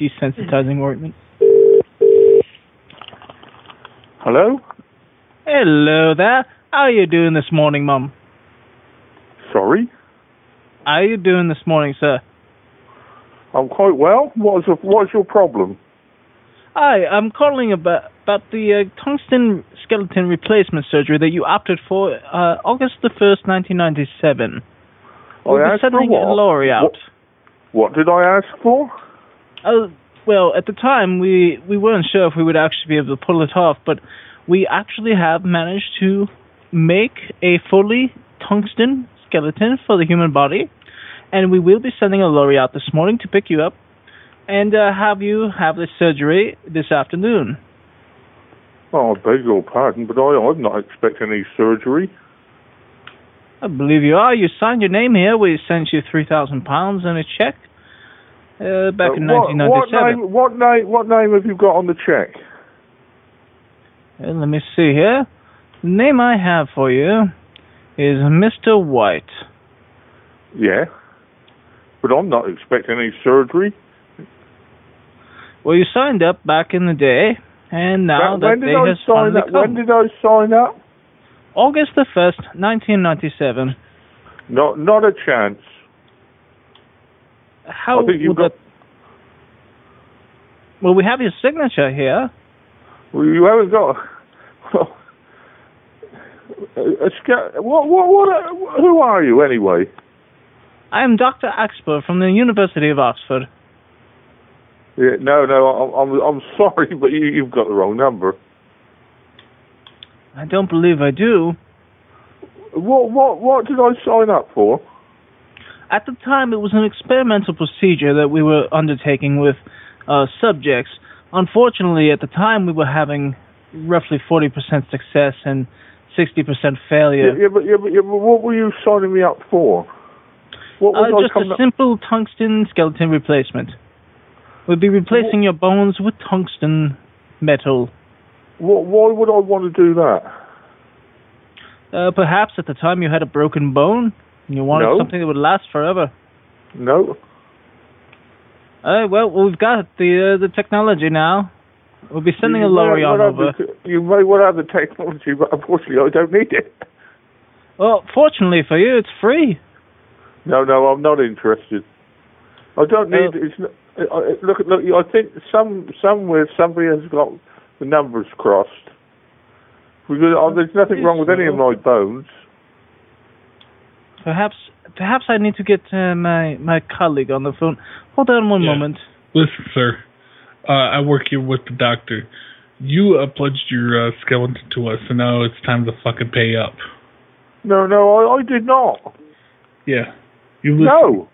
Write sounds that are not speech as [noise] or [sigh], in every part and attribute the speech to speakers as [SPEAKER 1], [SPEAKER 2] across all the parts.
[SPEAKER 1] desensitizing ointment.
[SPEAKER 2] Hello?
[SPEAKER 1] Hello there. How are you doing this morning, Mum?
[SPEAKER 2] Sorry?
[SPEAKER 1] How are you doing this morning, sir?
[SPEAKER 2] I'm quite well. What is, the, what is your problem?
[SPEAKER 1] Hi, I'm calling about about the uh, tungsten skeleton replacement surgery that you opted for uh, August the 1st, 1997. We'll
[SPEAKER 2] I
[SPEAKER 1] be
[SPEAKER 2] asked for
[SPEAKER 1] settling
[SPEAKER 2] what?
[SPEAKER 1] a lorry out.
[SPEAKER 2] What did I ask for?
[SPEAKER 1] Oh, well, at the time, we, we weren't sure if we would actually be able to pull it off, but we actually have managed to make a fully tungsten skeleton for the human body, and we will be sending a lorry out this morning to pick you up and uh, have you have the surgery this afternoon.
[SPEAKER 2] Oh, I beg your pardon, but I, I'm not expecting any surgery.
[SPEAKER 1] I believe you are. You signed your name here. We sent you three thousand pounds and a check uh, back
[SPEAKER 2] Uh,
[SPEAKER 1] in
[SPEAKER 2] what,
[SPEAKER 1] nineteen
[SPEAKER 2] what
[SPEAKER 1] ninety-seven.
[SPEAKER 2] name, what, name, what name have you got on the check?
[SPEAKER 1] Uh, let me see here. The name I have for you is Mister White.
[SPEAKER 2] Yeah. But I'm not expecting any surgery.
[SPEAKER 1] Well, you signed up back in the day, and now
[SPEAKER 2] When-
[SPEAKER 1] that
[SPEAKER 2] when
[SPEAKER 1] day
[SPEAKER 2] did I
[SPEAKER 1] has
[SPEAKER 2] sign
[SPEAKER 1] finally
[SPEAKER 2] up? When
[SPEAKER 1] come.
[SPEAKER 2] did I sign up?
[SPEAKER 1] August the first, nineteen ninety-seven.
[SPEAKER 2] Not, not a chance.
[SPEAKER 1] How
[SPEAKER 2] I think you
[SPEAKER 1] would
[SPEAKER 2] got-
[SPEAKER 1] that? Well, we have your signature here.
[SPEAKER 2] Well, You haven't got. [laughs] A, a uh, sca- what, what, what, who are you anyway?
[SPEAKER 1] I am Doctor Axper from the University of Oxford.
[SPEAKER 2] Yeah, no, no, I'm, I'm, [laughs] I'm sorry, but you, you've got the wrong number.
[SPEAKER 1] I don't believe I do.
[SPEAKER 2] What, what, what did I sign up for?
[SPEAKER 1] At the time, it was an experimental procedure that we were undertaking with uh, subjects. Unfortunately, at the time, we were having roughly 40% success and 60% failure.
[SPEAKER 2] yeah, but, yeah, but, yeah, but what were you signing me up for? What was
[SPEAKER 1] Uh,
[SPEAKER 2] I
[SPEAKER 1] just
[SPEAKER 2] coming
[SPEAKER 1] a
[SPEAKER 2] up?
[SPEAKER 1] simple tungsten skeleton replacement. We'd be replacing your bones with tungsten metal.
[SPEAKER 2] What, why would I want to do that?
[SPEAKER 1] Uh, perhaps at the time you had a broken bone and you wanted
[SPEAKER 2] No.
[SPEAKER 1] something that would last forever.
[SPEAKER 2] No,
[SPEAKER 1] Uh, well, we've got the uh, the technology now. We'll be sending
[SPEAKER 2] You
[SPEAKER 1] a
[SPEAKER 2] may
[SPEAKER 1] lorry
[SPEAKER 2] well
[SPEAKER 1] on
[SPEAKER 2] have
[SPEAKER 1] over.
[SPEAKER 2] The, you may well have the technology, but unfortunately, I don't need it. [laughs]
[SPEAKER 1] Well, fortunately for you, it's free.
[SPEAKER 2] No, no, I'm not interested. I don't need.
[SPEAKER 1] Oh.
[SPEAKER 2] it's n I I look, look. I think some somewhere somebody has got the numbers crossed. Because uh, there's nothing wrong with any of my bones.
[SPEAKER 1] Perhaps, perhaps I need to get uh, my my colleague on the phone. Hold on one
[SPEAKER 3] Yeah.
[SPEAKER 1] moment.
[SPEAKER 3] Listen, sir, uh, I work here with the doctor. You uh, pledged your uh, skeleton to us, and now it's time to fucking pay up.
[SPEAKER 2] No, no, I, I did not.
[SPEAKER 3] Yeah. You listen.
[SPEAKER 2] No,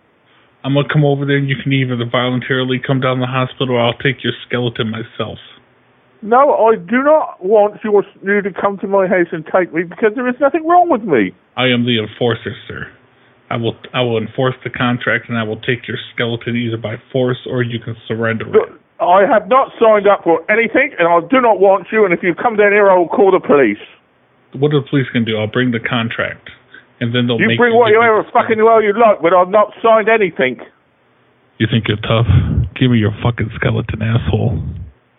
[SPEAKER 3] I'm gonna come over there, and you can either voluntarily come down to the hospital, or I'll take your skeleton myself.
[SPEAKER 2] no, I do not want you, you to come to my house and take me because there is nothing wrong with me.
[SPEAKER 3] I am the enforcer, sir. I will I will enforce the contract, and I will take your skeleton either by force or you can surrender it.
[SPEAKER 2] Look, I have not signed up for anything, and I do not want you. And if you come down here, I will call the police.
[SPEAKER 3] What are the police gonna do? I'll bring the contract, and then they'll
[SPEAKER 2] You
[SPEAKER 3] make
[SPEAKER 2] bring what you
[SPEAKER 3] give me the
[SPEAKER 2] ever fucking
[SPEAKER 3] skeleton.
[SPEAKER 2] well you like, but I've not signed anything.
[SPEAKER 3] You think you're tough? Give me your fucking skeleton, asshole.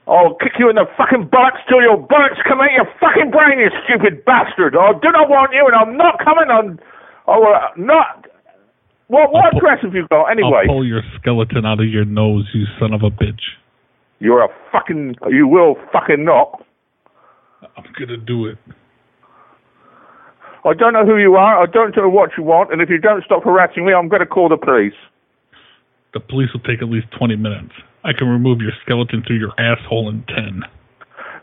[SPEAKER 2] I'll kick you in the fucking bollocks till your bollocks come out your fucking brain, you stupid bastard. I do not want you, and I'm not coming on. I will not. What
[SPEAKER 3] I'll
[SPEAKER 2] what
[SPEAKER 3] pu-
[SPEAKER 2] address have you got anyway?
[SPEAKER 3] I'll pull your skeleton out of your nose, you son of a bitch.
[SPEAKER 2] You're a fucking. You will fucking not.
[SPEAKER 3] I'm gonna do it.
[SPEAKER 2] I don't know who you are. I don't know what you want, and if you don't stop harassing me, I'm going to call the police.
[SPEAKER 3] The police will take at least 20 minutes. I can remove your skeleton through your asshole in 10.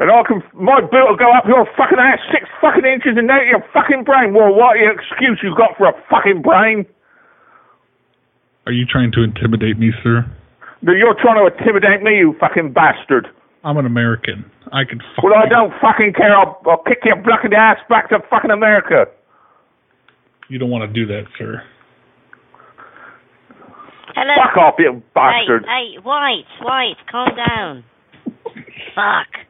[SPEAKER 2] And I can. My boot will go up your fucking ass six fucking inches and out your fucking brain. Well, what excuse you got for a fucking brain?
[SPEAKER 3] Are you trying to intimidate me, sir?
[SPEAKER 2] That you're trying to intimidate me, you fucking bastard.
[SPEAKER 3] I'm an American. I can fuck
[SPEAKER 2] Well, I
[SPEAKER 3] you.
[SPEAKER 2] don't fucking care. I'll, I'll kick your block in the ass back to fucking America.
[SPEAKER 3] You don't want to do that, sir.
[SPEAKER 4] Hello.
[SPEAKER 2] Fuck off, you bastard. [laughs]
[SPEAKER 4] Hey, hey, White, White, calm down. Fuck.